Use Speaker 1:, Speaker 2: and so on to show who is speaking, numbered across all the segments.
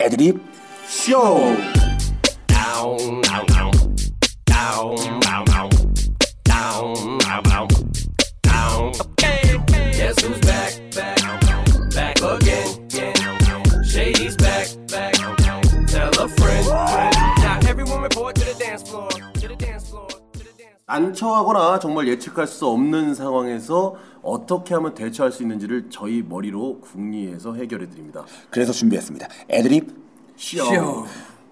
Speaker 1: 애드립 쇼. 안처하거나 정말 예측할 수 없는 상황에서 어떻게 하면 대처할 수 있는지를 저희 머리로 궁리해서 해결해 드립니다.
Speaker 2: 그래서 준비했습니다. 애드립.
Speaker 1: 쇼.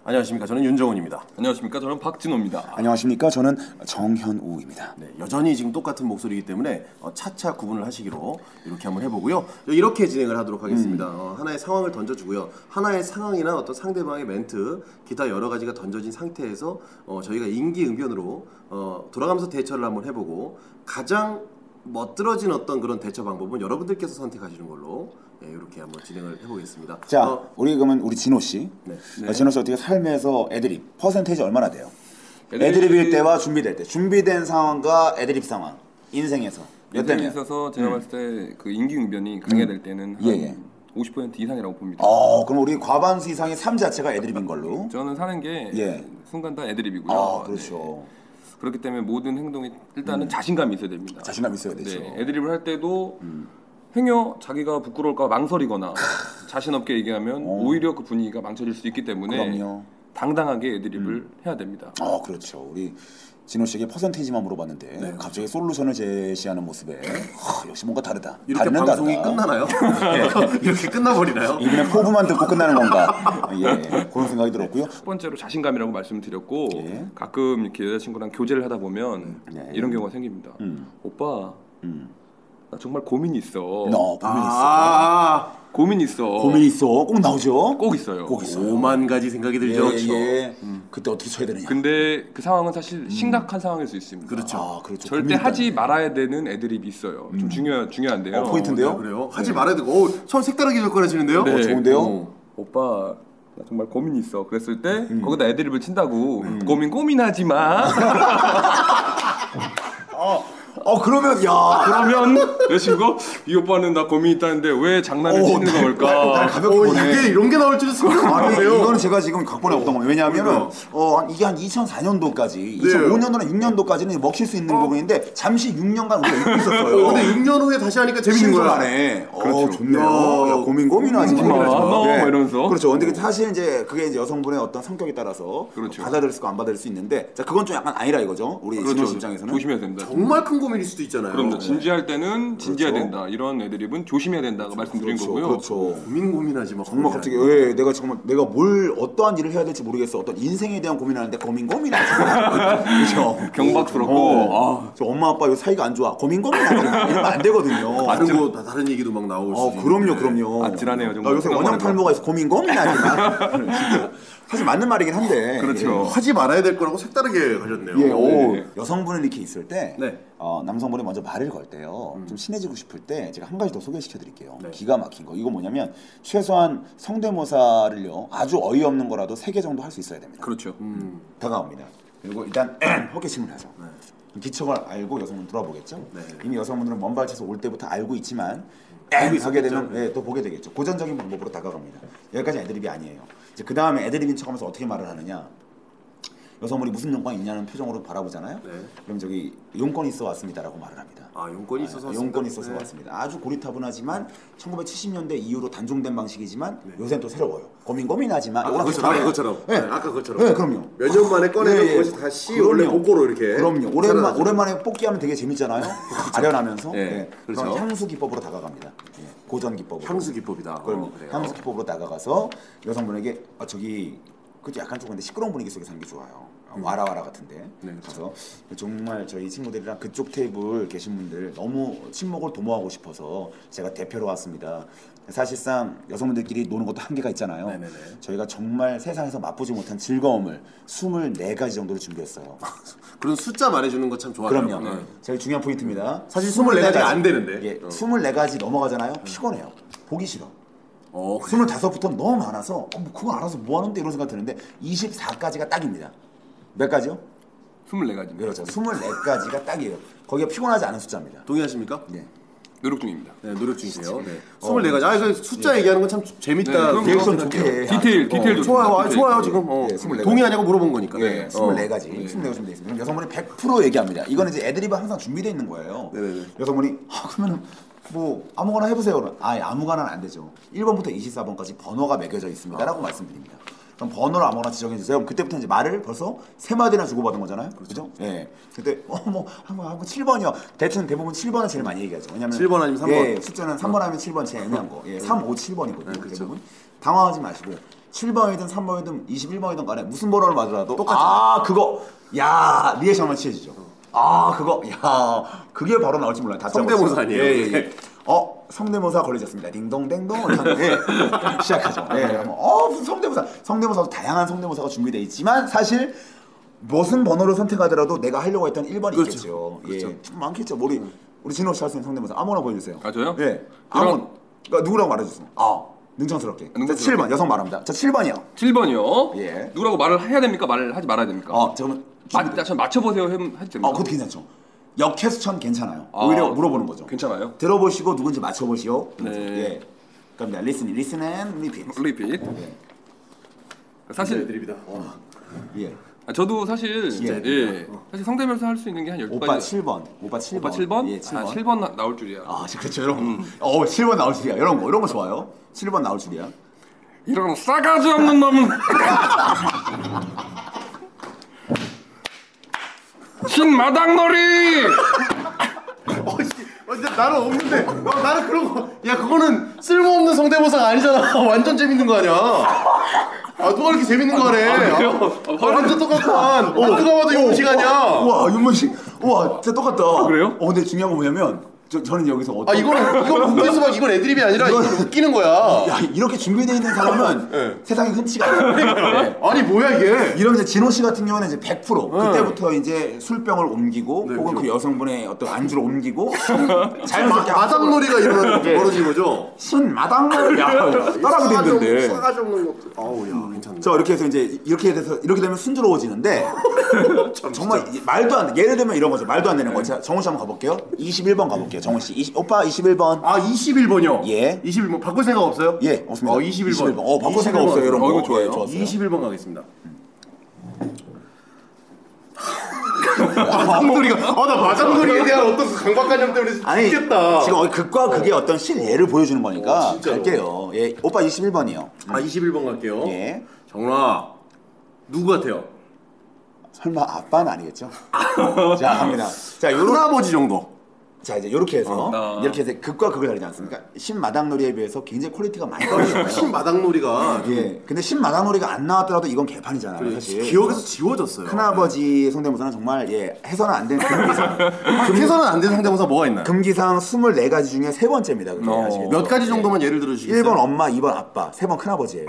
Speaker 1: 안녕하십니까? 저는 윤정훈입니다.
Speaker 3: 안녕하십니까 저는 박진호입니다
Speaker 2: 안녕하십니까? 저는 정현우입니다.
Speaker 1: 네, 여전히 지금 똑같은 목소리이기 때문에 어, 차차 구분을 하시기로 이렇게 한번 해보고요. 이렇게 진행을 하도록 하겠습니다.
Speaker 2: 음.
Speaker 1: 어, 하나의 상황을 던져주고요. 하나의 상황이나 어떤 상대방의 멘트, 기타 여러 가지가 던져진 상태에서 어, 저희가 인기응변으로 어, 돌아가면서 대처를 한번 해보고 가장 멋들어진 어떤 그런 대처 방법은 여러분들께서 선택하시는 걸로 예, 이렇게 한번 진행을 해보겠습니다.
Speaker 2: 자,
Speaker 1: 어,
Speaker 2: 우리 그러면 우리 진호 씨.
Speaker 1: 네.
Speaker 2: 어, 진호 씨 어떻게 삶에서 애드립 퍼센테이지 얼마나 돼요?
Speaker 3: 애드립이-
Speaker 2: 애드립일 때와 준비될 때, 준비된 상황과 애드립 상황 인생에서 몇
Speaker 3: 예전에
Speaker 2: 대면?
Speaker 3: 있어서 제가 봤을 때 그 인기응변이 강해야 될 때는
Speaker 2: 음. 예, 예.
Speaker 3: 한 50% 이상이라고 봅니다
Speaker 2: 어, 그럼 우리 과반수 이상의 삶 자체가 애드립인 걸로.
Speaker 1: 그렇죠.
Speaker 3: 저는 사는 게
Speaker 2: 예.
Speaker 3: 순간 다 애드립이고요
Speaker 2: 아, 그렇죠. 음.
Speaker 3: 네. 그렇기 때문에 모든 행동이 일단은 자신감이 있어야 됩니다
Speaker 2: 자신감 그렇죠. 있어야 되죠. 음.
Speaker 3: 네, 애드립을 할 때도 행여 자기가 부끄러울까 망설이거나 자신 없게 얘기하면 오히려 그 분위기가 망쳐질 수 있기 때문에
Speaker 2: 어. 그럼요.
Speaker 3: 당당하게 애드립을 해야 됩니다
Speaker 2: 어, 그렇죠. 우리 진호 씨에게 퍼센테이지만 물어봤는데
Speaker 1: 네.
Speaker 2: 갑자기 솔루션을 제시하는 모습에 하, 역시 뭔가 다르다.
Speaker 1: 이렇게
Speaker 2: 다르면 아. 네.
Speaker 1: 방송이
Speaker 2: 다르다.
Speaker 1: 끝나나요? 이렇게 끝나버리나요?
Speaker 2: 이분의 포부만 듣고 끝나는 건가? 예, 그런 생각이 들었고요.
Speaker 3: 첫 번째로 자신감이라고 말씀드렸고
Speaker 2: 예.
Speaker 3: 가끔 이렇게 여자친구랑 교제를 하다 보면
Speaker 2: 네.
Speaker 3: 이런 경우가 생깁니다.
Speaker 2: 음.
Speaker 3: 오빠 나 정말 고민 있어.
Speaker 2: 너 고민 있어.
Speaker 1: 아,
Speaker 3: 고민 있어.
Speaker 2: 고민 있어. 꼭 나오죠.
Speaker 3: 꼭 있어요.
Speaker 2: 꼭 있어.
Speaker 1: 오만 가지 생각이
Speaker 2: 예,
Speaker 1: 들죠.
Speaker 2: 예, 예. 그때 어떻게 쳐야 되느냐.
Speaker 3: 근데 그 상황은 사실 심각한 상황일 수 있습니다.
Speaker 1: 그렇죠.
Speaker 2: 아, 음. 그렇죠.
Speaker 3: 절대
Speaker 2: 고민이다.
Speaker 3: 하지 말아야 되는 애드립이 있어요. 좀 중요 중요한데요.
Speaker 2: 어, 포인트인데요. 네.
Speaker 1: 아, 그래요? 하지 말아야 되고 오, 처음 색다르게 접근하시는데요?
Speaker 3: 네.
Speaker 2: 어, 좋은데요.
Speaker 1: 어.
Speaker 3: 오빠 나 정말 고민 있어. 그랬을 때
Speaker 2: 음.
Speaker 3: 거기다 애드립을 친다고 고민 고민하지 마.
Speaker 2: 어 그러면 야.
Speaker 3: 그러면 여자친구 이 오빠는 나 고민 있다는데 왜 장난을
Speaker 2: 오, 네.
Speaker 3: 치는
Speaker 2: 어, 날
Speaker 3: 걸까?
Speaker 2: 가볍게
Speaker 1: 어,
Speaker 2: 보네. 어.
Speaker 1: 이게 이런 게 나올 줄은 생각 안
Speaker 2: 아니,
Speaker 1: 했네요.
Speaker 2: 이거는 제가 지금 각본에 없던 거예요. 왜냐하면 어, 한- 이게 한 2004년도까지, 2005년도나 6년도까지는 먹힐 수 있는 부분인데 잠시 6년간 우리가 잊고 있었어요.
Speaker 1: 근데 6년 후에 다시 하니까 재밌는 거야.
Speaker 2: 신선하네. 어,
Speaker 3: 그렇죠.
Speaker 2: 좋네요.
Speaker 1: 야,
Speaker 2: 야, 고민 고민하지 마.
Speaker 3: 고민하지 마. 어.
Speaker 2: 네.
Speaker 3: 막 이러면서.
Speaker 2: 그렇죠. 근데 그 사실 이제 그게 이제 여성분의 어떤 성격에 따라서
Speaker 3: 그렇죠.
Speaker 2: 받아들일 수가 안 받아들일 수 있는데 자 그건 좀 약간 아니라 이거죠. 우리 진호 씨 입장에서는.
Speaker 3: 조심해야 된다.
Speaker 1: 정말 큰 고민일 수도 있잖아요.
Speaker 3: 그럼요.
Speaker 1: 네.
Speaker 3: 진지할 때는 진지해야
Speaker 2: 어. 그렇죠.
Speaker 3: 된다. 이런 애드립은 조심해야 된다고 말씀드린
Speaker 2: 그렇죠.
Speaker 3: 거고요.
Speaker 2: 그렇죠.
Speaker 1: 고민 고민하지 마.
Speaker 2: 정말 갑자기
Speaker 1: 고민하지
Speaker 2: 왜 내가 정말 내가 뭘 어떠한 일을 해야 될지 모르겠어. 어떤 인생에 대한 고민하는데 고민 고민하지. 그렇죠.
Speaker 3: 경박스럽고,
Speaker 2: 어. 저 엄마 아빠 요 사이가 안 좋아. 고민 고민하지. 이러면 안 되거든요.
Speaker 1: 마. 다른 거 다- 다른 얘기도 막 나올
Speaker 2: 어,
Speaker 1: 수.
Speaker 2: 그럼요, 그럼요.
Speaker 3: 아찔하네요, 정말.
Speaker 2: 나 요새 원형 탈모가 있어 고민 고민하지. 마. 진짜. 사실 맞는 말이긴 한데.
Speaker 3: 그렇죠.
Speaker 1: 하지 말아야 될 거라고 색다르게 가셨네요.
Speaker 2: 예, 오,
Speaker 3: 네.
Speaker 2: 여성분이 이렇게 있을 때,
Speaker 1: 네.
Speaker 2: 어, 남성분이 먼저 말을 걸 때요.
Speaker 3: 음.
Speaker 2: 좀 친해지고 싶을 때 제가 한 가지 더 소개시켜 드릴게요.
Speaker 1: 네.
Speaker 2: 기가 막힌 거. 이거 뭐냐면 최소한 성대모사를요. 아주 어이없는 거라도 세 개 정도 할 수 있어야 됩니다.
Speaker 3: 그렇죠.
Speaker 1: 음.
Speaker 2: 다가옵니다. 그리고 일단 호기심을 하죠. 기척을 알고 여성분 돌아보겠죠.
Speaker 1: 네.
Speaker 2: 이미 여성분들은 먼 발치에서 올 때부터 알고 있지만 엠 하게 되면
Speaker 1: 네.
Speaker 2: 예, 또 보게 되겠죠. 고전적인 방법으로 다가갑니다. 여기까지 애드립이 아니에요. 이제 그 다음에 애드립인 척하면서 어떻게 말을 하느냐. 여성분이 무슨 용건이 있냐는 표정으로 바라보잖아요.
Speaker 1: 네.
Speaker 2: 그럼 저기 용건이 있어 왔습니다라고 말을 합니다.
Speaker 1: 아 용건이 있어서
Speaker 2: 아, 용건이
Speaker 1: 왔습니다.
Speaker 2: 있어서
Speaker 1: 네.
Speaker 2: 왔습니다. 아주 고리타분하지만 1970년대 이후로 단종된 방식이지만 요새는 또 새로워요. 고민 고민하지만
Speaker 1: 네. 아까 그처럼 아까 그처럼.
Speaker 2: 예.
Speaker 1: 네, 아까 그처럼.
Speaker 2: 네, 그럼요.
Speaker 1: 몇년 만에 꺼내는
Speaker 2: 예, 예.
Speaker 1: 것이 다시
Speaker 2: 그럼요.
Speaker 1: 원래 복고로 이렇게
Speaker 2: 그럼요. 오랜만
Speaker 1: 예? 살아나죠.
Speaker 2: 오랜만에 뽑기하면 되게 재밌잖아요. 아련하면서.
Speaker 3: 예,
Speaker 2: 예. 그럼
Speaker 1: 그렇죠.
Speaker 2: 향수 기법으로 다가갑니다. 예, 고전 기법으로. 예,
Speaker 1: 향수 기법이다.
Speaker 2: 그럼요.
Speaker 1: 어, 그래요.
Speaker 2: 향수 기법으로 다가가서 여성분에게 아 저기 그 약간 조금 근데 시끄러운 분위기 속에 사는 게 좋아요. 아,
Speaker 1: 음.
Speaker 2: 와라와라 같은데
Speaker 1: 네, 그렇죠.
Speaker 2: 가서 정말 저희 친구들이랑 그쪽 테이블 계신 분들 너무 침묵을 도모하고 싶어서 제가 대표로 왔습니다. 사실상 여성분들끼리 노는 것도 한계가 있잖아요.
Speaker 1: 네네네.
Speaker 2: 저희가 정말 세상에서 맛보지 못한 즐거움을 24가지 정도로 준비했어요.
Speaker 1: 그런 숫자 말해주는 거 참 좋아요.
Speaker 2: 그럼요. 제일 중요한 포인트입니다.
Speaker 1: 네. 사실 24 가지 안 되는데.
Speaker 2: 예,
Speaker 1: 어. 네.
Speaker 2: 24가지 넘어가잖아요. 피곤해요. 보기 싫어.
Speaker 1: 어, 그래.
Speaker 2: 25부터는 너무 많아서 어, 뭐 그거 알아서 뭐 하는데 이런 생각 드는데 24가지가 딱입니다. 몇 가지요? 예.
Speaker 3: 24가지.
Speaker 1: 네.
Speaker 2: 그렇죠. 24가지가 딱이에요. 거기가 피곤하지 않은 숫자입니다.
Speaker 1: 동의하십니까?
Speaker 2: 예.
Speaker 3: 노력 중입니다.
Speaker 1: 네, 노력 중이세요. 네. 24가지. 아, 그 숫자 얘기하는 건 참
Speaker 3: 네,
Speaker 1: 재밌다.
Speaker 3: 그럼요.
Speaker 2: 리액션 좋게.
Speaker 1: 생각해요.
Speaker 3: 디테일, 디테일 좀.
Speaker 1: 좋아요, 아, 좋아요
Speaker 3: 디테일.
Speaker 1: 지금. 어.
Speaker 2: 예, 24가지.
Speaker 1: 동의하냐고 물어본 거니까.
Speaker 2: 네,
Speaker 1: 어.
Speaker 2: 24가지, 24가지 되겠습니다. 그럼 여성분이 100% 얘기합니다. 이거는 이제 애드립이 항상 준비되어 있는 거예요.
Speaker 1: 네네네.
Speaker 2: 여성분이 아, 그러면 뭐 아무거나 해보세요. 그럼 아 아무거나는 안 되죠. 1번부터 24번까지 번호가 매겨져 있습니다라고 말씀드립니다. 그럼 번호를 아무거나 지정해 주세요. 그럼 그때부터 이제 말을 벌써 세 마디나 주고받은 거잖아요. 그렇죠? 예. 그때 어뭐 한번 한번 7번이요. 대충 대부분 7번은 제일 많이 얘기하죠. 왜냐면
Speaker 1: 7번 아니면 3번.
Speaker 2: 예, 숫자는 3번 하면 7번 제일 애매한 거. 예, 3, 5, 7번이거든요.
Speaker 1: 그렇죠.
Speaker 2: 대부분 당황하지 마시고요. 7번이든 3번이든 21번이든 간에 무슨 번호를 맞으라도 똑같이 아 그거 야 리액션만 취해주죠. 아 그거 야 그게 바로 나올지 몰라요. 다
Speaker 1: 성대모사 아니에요?
Speaker 2: 예, 예, 예. 어 성대모사 걸리셨습니다. 딩동댕동 예, 시작하죠. 예, 그러면 어 무슨 성대모사 성대모사도 다양한 성대모사가 준비되어 있지만 사실 무슨 번호를 선택하더라도 내가 하려고 했던 1번이
Speaker 1: 그렇죠.
Speaker 2: 있겠죠.
Speaker 1: 그렇죠.
Speaker 2: 예, 좀 많겠죠. 우리 우리 진호 씨할수 있는 성대모사 아무나 보여주세요.
Speaker 3: 아, 저요?
Speaker 2: 예.
Speaker 3: 그럼-
Speaker 2: 아무 그러니까 누구라고 말해주세요. 아 능청스럽게.
Speaker 3: 능청스럽게.
Speaker 2: 자 7번 여성 말합니다. 자 7번이요.
Speaker 3: 7번이요.
Speaker 2: 예.
Speaker 3: 누구라고 말을 해야 됩니까? 말을 하지 말아야 됩니까?
Speaker 2: 어 잠깐만.
Speaker 3: 맞, 저 맞춰보세요. 해, 해도 됩니까?
Speaker 2: 어 그것도 괜찮죠. 역캐스천 괜찮아요.
Speaker 3: 아,
Speaker 2: 오히려 물어보는 거죠.
Speaker 3: 괜찮아요.
Speaker 2: 들어보시고 누군지 맞춰보시오.
Speaker 3: 네. 음.
Speaker 2: 예. 그럼 listen, listen and repeat.
Speaker 3: 리핏. 사실
Speaker 1: 네, 드립이다. 어.
Speaker 2: 예.
Speaker 3: 아, 저도 사실
Speaker 2: 진짜 어.
Speaker 3: 예, 사실 성대면서 할 수 있는 게 한 10가지.
Speaker 2: 오빠 7번. 오빠 7번.
Speaker 3: 오빠 7번?
Speaker 2: 예, 7번.
Speaker 3: 아, 음. 7번 나, 나올 줄이야.
Speaker 2: 아, 그렇죠. 이런 거. 어, 7번 나올 줄이야. 이런 거, 이런 거 좋아요. 7번 나올 줄이야.
Speaker 3: 이런 싸가지 없는 놈은 신마당놀이
Speaker 1: 어, 씨. 어, 진짜 나는 없는데. 어, 나는 그런 거. 야, 그거는 쓸모없는 성대모사가 아니잖아. 완전 재밌는 거 아니야. 아, 누가 이렇게 재밌는 거 하래. 아, 아, 완전 똑같구만. 누가 봐도 이거 음식 아니야.
Speaker 2: 우와, 윤문식. 우와, 진짜 똑같다.
Speaker 3: 아, 그래요?
Speaker 2: 어, 근데 중요한 건 뭐냐면, 저, 저는 여기서 어떤.
Speaker 1: 아, 이거는, 이건 웃기면서 막 이건 애드립이 아니라 이건 웃기는 거야.
Speaker 2: 야, 이렇게 준비되어 있는 사람은 세상에 흔치가 않아요. 네.
Speaker 1: 아니, 뭐야, 이게.
Speaker 2: 이러면 이제 진호 씨 같은 경우는 이제 100% 그때부터 이제 술병을 옮기고 혹은 네. 그 여성분의 어떤 안주를 옮기고
Speaker 1: 아,
Speaker 2: 자연스럽게
Speaker 1: 마당놀이가 일어나, 벌어진 거죠?
Speaker 2: 신마당을 따라하게 됐는데
Speaker 1: 아, 싸가지 없는 것도. 아우, 야, 괜찮네.
Speaker 2: 자 이렇게 해서 이제 이렇게 돼서 이렇게 되면 순조로워지는데 정말 이- 말도 안 돼. 예를 들면 이런 거죠 말도 안 되는 거 자, 정훈 씨 한번 가볼게요 21번 가볼게요 정훈 씨 이십- 오빠 21번
Speaker 1: 아, 21번이요?
Speaker 2: 예.
Speaker 1: 21번. 바꿀 생각 없어요?
Speaker 2: 예 없습니다
Speaker 1: 어, 21번.
Speaker 2: 어 바꿀 생각 없어요 이런 거
Speaker 3: 어, 이거 좋아요.
Speaker 2: 예, 좋았어요
Speaker 1: 21번 가겠습니다. 마당놀이가 아나 마당놀이에 대한 어떤 그 강박관념 때문에
Speaker 2: 아니
Speaker 1: 죽겠다.
Speaker 2: 지금 어, 극과 극의 어떤 실예를 보여주는 거니까
Speaker 1: 어, 진짜로.
Speaker 2: 갈게요 예 오빠 21번이요
Speaker 1: 아 21번 갈게요.
Speaker 2: 예
Speaker 1: 정훈아 누구 같아요?
Speaker 2: 설마 아빠는 아니겠죠 자 갑니다 자 요런
Speaker 1: 큰아버지 정도.
Speaker 2: 자 이제 이렇게 해서
Speaker 3: 어.
Speaker 2: 이렇게 해서 극과 극을 다루지 않습니까? 신마당놀이에 비해서 굉장히 퀄리티가 많이 떨어져요.
Speaker 1: 신 마당놀이가
Speaker 2: 예. 근데 신마당놀이가 안 나왔더라도 이건 개판이잖아요. 사실.
Speaker 1: 기억에서 지워졌어요.
Speaker 2: 큰아버지 성대모사는 정말 예 해서는 안 되는 금기상
Speaker 1: 해서는 아, 안 되는 상대모사 뭐가 있나요?
Speaker 2: 금기상 24가지 중에 세 번째입니다. 그게
Speaker 3: 어.
Speaker 2: 아시겠죠?
Speaker 1: 몇 가지 정도만 예를 들어주시겠어요?
Speaker 2: 1번 엄마, 2번 아빠, 3번 큰아버지예요.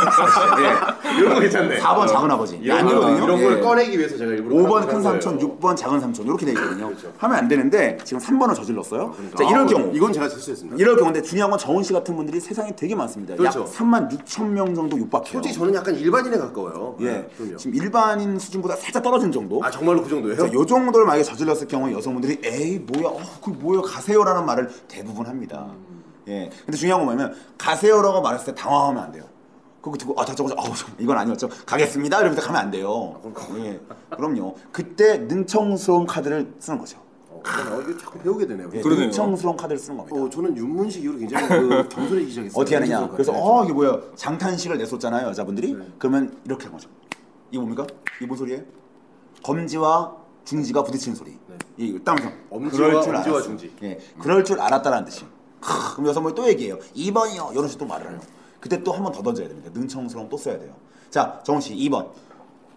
Speaker 2: 예.
Speaker 1: 이런 거 괜찮네.
Speaker 2: 4번 작은 아버지.
Speaker 1: 어. 이런 거,
Speaker 2: 아니거든요.
Speaker 1: 이런 걸
Speaker 2: 예.
Speaker 1: 꺼내기 위해서 제가 일부러
Speaker 2: 5번
Speaker 1: 깜빡한
Speaker 2: 큰 삼촌,
Speaker 1: 거예요.
Speaker 2: 6번 작은 삼촌 이렇게 돼 있거든요. 하면 안 되는데 지금 3번을 저질렀어요. 자,
Speaker 1: 그렇죠. 그러니까. 아우, 예.
Speaker 2: 이럴 경우
Speaker 1: 이건 제가 실수했습니다.
Speaker 2: 이럴 경우인데 중요한 건 정훈 씨 같은 분들이 세상에 되게 많습니다.
Speaker 1: 그렇죠.
Speaker 2: 약 3만 6천 명 정도 육박해요.
Speaker 1: 솔직히 저는 약간 일반인에 가까워요. 네,
Speaker 2: 예,
Speaker 1: 그럼요.
Speaker 2: 지금 일반인 수준보다 살짝 떨어진 정도.
Speaker 1: 아 정말로 그 정도예요?
Speaker 2: 그래서 어, 요 정도를 만약에 저질렀을 경우 여성분들이 에이 뭐야, 어, 그 뭐야 가세요라는 말을 대부분 합니다. 예, 근데 중요한 건 뭐냐면 가세요라고 말했을 때 당황하면 안 돼요. 그거 듣고 아 잠깐 잠깐 아 이건 아니었죠 가겠습니다 이러면서 가면 안 돼요. 예, 그럼요. 그때 능청스러운 카드를 쓰는 거죠.
Speaker 1: 어, 그럼 어, 이거 자꾸 배우게 되네요.
Speaker 2: 예,
Speaker 3: 그러네요.
Speaker 2: 능청스러운 카드를 쓰는 겁니다.
Speaker 1: 어, 저는 윤문식 이후로 굉장히 그 겸손해지기 시작했어요.
Speaker 2: 어떻게 하느냐.
Speaker 1: 윤문식
Speaker 2: 그래서
Speaker 1: 같아요.
Speaker 2: 어 이게 뭐야 장탄식을 내쏟잖아요 여자분들이.
Speaker 1: 네.
Speaker 2: 그러면 이렇게 한 거죠. 이거 뭡니까? 이게 뭔 소리예요? 검지와 중지가 부딪히는 소리. 이 따면서
Speaker 1: 네. 엄지와 엄지와
Speaker 2: 알았어.
Speaker 1: 중지.
Speaker 2: 예, 그럴 줄 알았다라는 뜻이. 크, 그럼 여성분이 또 얘기해요. 2번이요. 이런 식으로 또 말을 해요. 그때 또 한 번 더 던져야 됩니다. 능청스러움 또 써야 돼요. 자 정훈 씨 2번.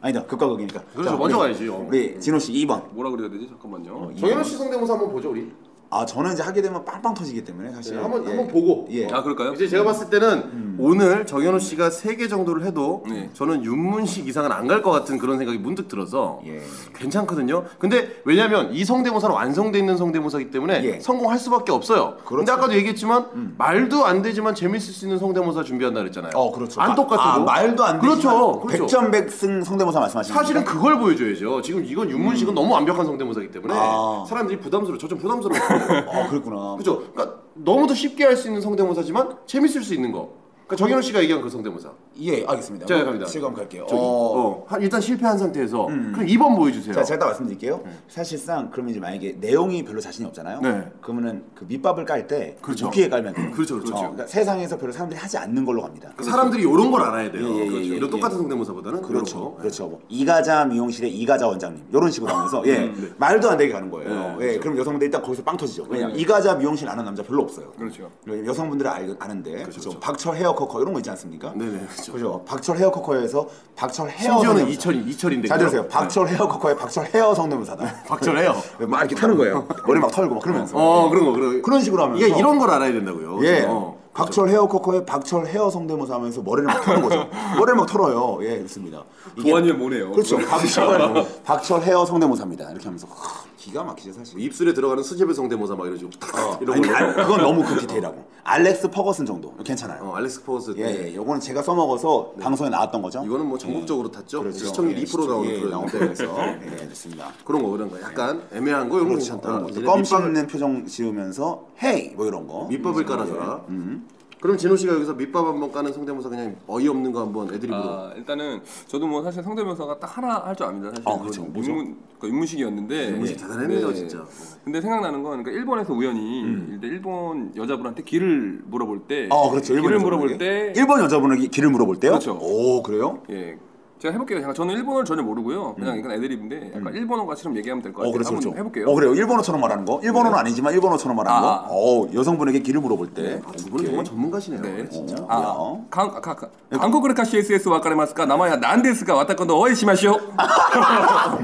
Speaker 2: 아니다 극과 극이니까.
Speaker 1: 그렇죠,
Speaker 2: 자,
Speaker 1: 먼저
Speaker 2: 우리-
Speaker 1: 가야지, 형.
Speaker 2: 우리 진호 씨 2번.
Speaker 3: 뭐라 그래야 되지? 잠깐만요.
Speaker 2: 어,
Speaker 1: 정현우 씨 성대모사 한번 보죠 우리.
Speaker 2: 아 저는 이제 하게 되면 빵빵 터지기 때문에 사실.
Speaker 1: 네, 한번
Speaker 2: 예.
Speaker 1: 한번 보고.
Speaker 2: 예. 음.
Speaker 3: 아 그럴까요?
Speaker 1: 이제 제가 봤을 때는 오늘 정현우 씨가 세 개 정도를 해도
Speaker 3: 네.
Speaker 1: 저는 윤문식 이상은 안 갈 것 같은 그런 생각이 문득 들어서
Speaker 2: 예.
Speaker 1: 괜찮거든요. 근데 왜냐하면 이 성대모사는 완성돼 있는 성대모사이기 때문에
Speaker 2: 예.
Speaker 1: 성공할 수밖에 없어요. 근데
Speaker 2: 그렇죠.
Speaker 1: 아까도 얘기했지만 말도 안 되지만 재밌을 수 있는 성대모사 준비한다 그랬잖아요.
Speaker 2: 어 그렇죠.
Speaker 1: 안
Speaker 2: 마-
Speaker 1: 똑같아도
Speaker 2: 아, 말도 안 되지만
Speaker 1: 그렇죠. 그렇죠.
Speaker 2: 백전백승 성대모사 말씀하시는
Speaker 1: 사실은
Speaker 2: 겁니까?
Speaker 1: 그걸 보여줘야죠. 지금 이건 윤문식은 너무 완벽한 성대모사이기 때문에
Speaker 2: 음. 아.
Speaker 1: 사람들이 부담스러워. 저 좀 부담스러워.
Speaker 2: 아 그랬구나.
Speaker 1: 그죠? 그러니까 너무도 쉽게 할 수 있는 성대모사지만 재밌을 수 있는 거. 그러니까 정현우 씨가 얘기한 그 성대모사.
Speaker 2: 예, 알겠습니다.
Speaker 1: 제가 갑니다.
Speaker 2: 제가 한번 갈게요.
Speaker 1: 저기,
Speaker 2: 어, 음,
Speaker 1: 어, 한- 일단 실패한 상태에서 그럼 2번 보여주세요. 그러니까
Speaker 2: 자, 제가 딱 말씀드릴게요. 사실상 그러면 이제 만약에 내용이 별로 자신이 없잖아요.
Speaker 1: 네.
Speaker 2: 그러면은 그 밑밥을 깔 때
Speaker 1: 그렇죠.
Speaker 2: 무기에 깔면 돼요.
Speaker 1: 그렇죠, 그렇죠.
Speaker 2: 어, 그러니까 세상에서 별로 사람들이 하지 않는 걸로 갑니다.
Speaker 1: 그러니까 사람들이 이런 걸 알아야 돼요.
Speaker 2: 그렇죠. 예, 예, 예,
Speaker 1: 그렇죠.
Speaker 2: 예,
Speaker 1: 이런
Speaker 2: 예.
Speaker 1: 똑같은 성대모사보다는
Speaker 2: 그렇죠,
Speaker 1: 이런 거.
Speaker 2: 그렇죠. 뭐 이가자 미용실의 이가자 원장님 이런 식으로 하면서 예 말도 안 되게 가는 거예요.
Speaker 1: 음, 네,
Speaker 2: 예, 그럼 여성분들 일단 거기서 빵 터지죠. 왜냐
Speaker 3: 네.
Speaker 2: 이가자 미용실 아는 남자 별로 없어요.
Speaker 3: 그렇죠.
Speaker 2: 여성분들은 알, 아는데 그렇죠.
Speaker 1: 그렇죠.
Speaker 2: 박철 헤어 커커 이런 거 있지 않습니까?
Speaker 1: 네네. 그렇죠.
Speaker 2: 그죠. 박철 헤어 커커에서 박철 헤어
Speaker 1: 심지어는
Speaker 2: 성대모사.
Speaker 1: 이철이 이철인데.
Speaker 2: 잘 들으세요.
Speaker 1: 그죠?
Speaker 2: 박철 헤어 커커의 박철 헤어 성대모사다.
Speaker 1: 네. 박철해요.
Speaker 2: 막 이렇게 타는 거예요. 머리 막 털고 막 그러면서.
Speaker 1: 어 그런 거 그런. 거.
Speaker 2: 그런 식으로 하면서.
Speaker 1: 이게 이런 걸 알아야 된다고요.
Speaker 2: 예.
Speaker 1: 어,
Speaker 2: 박철 헤어 커커의 박철 헤어 성대모사 하면서 머리를 막 터는 거죠. 머리를 막 털어요. 예, 그렇습니다. 이게-
Speaker 3: 보안이 뭐네요.
Speaker 2: 그렇죠. 박철 박철 헤어 성대모사입니다. 이렇게 하면서 하, 기가 막히죠 사실.
Speaker 1: 뭐 입술에 들어가는 수제비 성대모사 막 이런 식으로 탁 이런
Speaker 2: 아니,
Speaker 1: 걸.
Speaker 2: 아, 그건 너무 그 디테일하고. 알렉스 퍼거슨 정도 괜찮아요.
Speaker 1: 어, 네. 알렉스 포거스.
Speaker 2: 예, 예, 요거는 제가 써먹어서 방송에 나왔던 거죠.
Speaker 1: 이거는 뭐 전국적으로 탔죠.
Speaker 2: 그렇죠.
Speaker 1: 시청률
Speaker 2: 예,
Speaker 1: 2%
Speaker 2: 예,
Speaker 1: 나오는
Speaker 2: 나온
Speaker 1: 프로였는데
Speaker 2: 거에서 예, 좋습니다.
Speaker 1: 그런 거 그런 거 약간 애매한 거 이런 거 괜찮다.
Speaker 2: 어,
Speaker 1: 아, 이제
Speaker 2: 껌
Speaker 1: 밑밥을-
Speaker 2: 씹는 표정 지으면서 헤이 뭐 이런 거.
Speaker 1: 밑밥을 깔아줘라.
Speaker 2: 음.
Speaker 1: 그럼 진호 씨가 여기서 밑밥 한번 까는 성대모사 그냥 어이없는 거 한번 애드립으로.
Speaker 3: 아, 일단은 저도 뭐 사실 성대묘사가 딱 하나 할 줄 압니다. 사실
Speaker 2: 아, 그렇죠. 뭐죠?
Speaker 3: 윤문, 그러니까 윤문식이었는데
Speaker 1: 음식 대단합니다
Speaker 3: 네.
Speaker 1: 진짜. 어,
Speaker 3: 근데 생각나는 건 그러니까 일본에서 우연히 근데 일본 여자분한테 길을 물어볼 때
Speaker 2: 어, 음. 그렇죠. 일본
Speaker 3: 길을
Speaker 2: 여자분에게.
Speaker 3: 물어볼 때
Speaker 2: 일본 여자분에게 길을 물어볼 때요.
Speaker 3: 그렇죠.
Speaker 2: 오, 그래요?
Speaker 3: 예. 제가 해볼게요. 제가 저는 일본어를 전혀 모르고요. 그냥 약간 애드립인데 약간 일본어처럼 얘기하면 될 것
Speaker 2: 음.
Speaker 3: 같아요.
Speaker 2: 어, 그렇죠.
Speaker 3: 한번
Speaker 2: 그렇죠.
Speaker 3: 해볼게요.
Speaker 2: 어, 그래요. 일본어처럼 말하는 거. 일본어는 아니지만 일본어처럼 말하는
Speaker 3: 아.
Speaker 2: 거. 어, 여성분에게 길을 물어볼 때.
Speaker 1: 아, 두 분은 정말 전문가시네요.
Speaker 3: 네.
Speaker 1: 진짜.
Speaker 2: 어,
Speaker 3: 아,
Speaker 2: 뭐야?
Speaker 3: 강, 아, 가, 가, 한국 그레카 CSS 와카레마스카 남아야 난데스가 왔다건도 어이시마시오.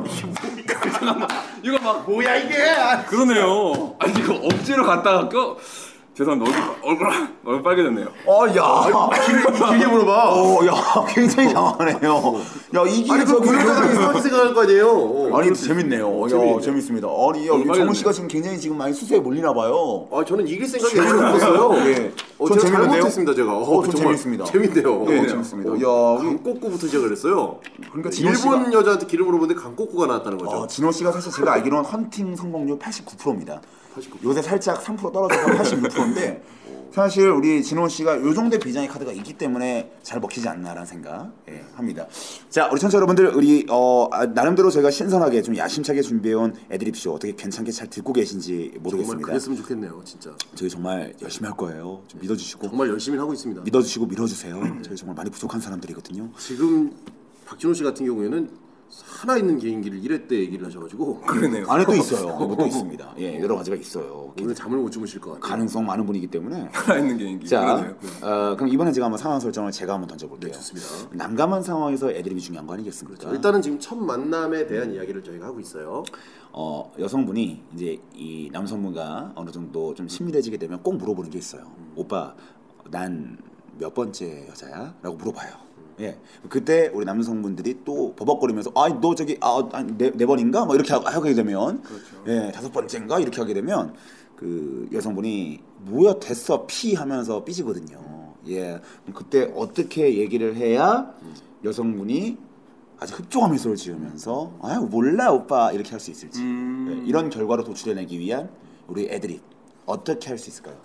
Speaker 3: 잠깐만, 이거 막
Speaker 1: 뭐야 이게? 아,
Speaker 3: 그러네요. 아니 이거 억지로 갔다가 껴. 죄송합니다. 얼굴 얼굴 얼굴 빨개졌네요.
Speaker 2: 어, 야.
Speaker 1: 길게 물어봐.
Speaker 2: 어, 야, 굉장히 장하네요. 야, 이게
Speaker 1: 아니 그 물려다가 이상하게 생각할 거 아니에요. 어.
Speaker 2: 네. 아니 재밌네요.
Speaker 1: 재밌네.
Speaker 2: 야, 재밌습니다. 아니 야,
Speaker 3: 얼마나
Speaker 2: 정우
Speaker 3: 재밌네.
Speaker 2: 씨가 지금 굉장히 지금 많이 수세에 몰리나 봐요.
Speaker 1: 아 저는 이길 생각이 전혀 없었어요.
Speaker 2: 예.
Speaker 1: 어,
Speaker 2: 전
Speaker 1: 제가
Speaker 2: 재밌는데요?
Speaker 1: 잘못했습니다 제가.
Speaker 2: 어, 전
Speaker 1: 정말
Speaker 2: 재밌습니다.
Speaker 1: 재밌네요.
Speaker 2: 네,
Speaker 1: 어,
Speaker 2: 재밌습니다.
Speaker 1: 어,
Speaker 2: 야, 우리-
Speaker 1: 강꼬꼬부터 시작을 했어요. 네.
Speaker 2: 그러니까 진호
Speaker 1: 일본
Speaker 2: 씨가-
Speaker 1: 여자한테 기름 물어보는데 강꼬꼬가 나왔다는 거죠.
Speaker 2: 어, 진호 씨가 사실 제가 알기로는 헌팅 성공률 89%입니다.
Speaker 1: 89%.
Speaker 2: 요새 살짝 3% 떨어져서 86%인데 사실 우리 진호 씨가 요 정도 비장의 카드가 있기 때문에 잘 먹히지 않나라는 생각 예, 합니다. 자 우리 청취자 여러분들 우리 어, 아, 나름대로 저희가 신선하게 좀 야심차게 준비해온 애드립쇼 어떻게 괜찮게 잘 듣고 계신지
Speaker 1: 정말
Speaker 2: 모르겠습니다.
Speaker 1: 그랬으면 좋겠네요 진짜.
Speaker 2: 저희 정말 열심히 할 거예요. 좀 믿어주시고
Speaker 1: 정말 열심히 하고 있습니다.
Speaker 2: 믿어주시고 밀어주세요. 저희 정말 많이 부족한 사람들이거든요.
Speaker 1: 지금 박진호 씨 같은 경우에는 살아 있는 개인기를 1회 때 얘기를 하셔가지고
Speaker 2: 음.
Speaker 3: 그러네요.
Speaker 2: 안에 또 있어요. 뭐또 있습니다. 예, 여러 가지가 있어요.
Speaker 1: 오늘 잠을 못 주무실 것 같아요.
Speaker 2: 가능성 많은 분이기 때문에
Speaker 3: 살아 있는 개인기.
Speaker 2: 자,
Speaker 3: 그러네요.
Speaker 2: 어, 그럼 이번에 제가 한번 상황 설정을 제가 한번 던져볼게요.
Speaker 1: 좋습니다. 그렇죠.
Speaker 2: 난감한 상황에서 애드립이 중요한 거 아니겠습니까?
Speaker 1: 일단은 지금 첫 만남에 대한 이야기를 저희가 하고 있어요.
Speaker 2: 어, 여성분이 이제 이 남성분과 어느 정도 좀 친밀해지게 되면 꼭 물어보는 게 있어요. 오빠, 난 몇 번째 여자야?라고 물어봐요. 예, 그때 우리 남성분들이 또 버벅거리면서 아니 너 저기 아네 네 번인가 뭐 이렇게 하- 하게 되면 예 다섯 번째인가 이렇게 하게 되면 그 여성분이 뭐야 됐어 피 하면서 삐지거든요. 예, 그럼 그때 어떻게 얘기를 해야 여성분이 아주 흡족함의 소리를 지으면서 아 몰라 오빠 이렇게 할 수 있을지
Speaker 3: 음.
Speaker 2: 네, 이런 결과로 도출해내기 위한 우리 애드립 어떻게 할 수 있을까요?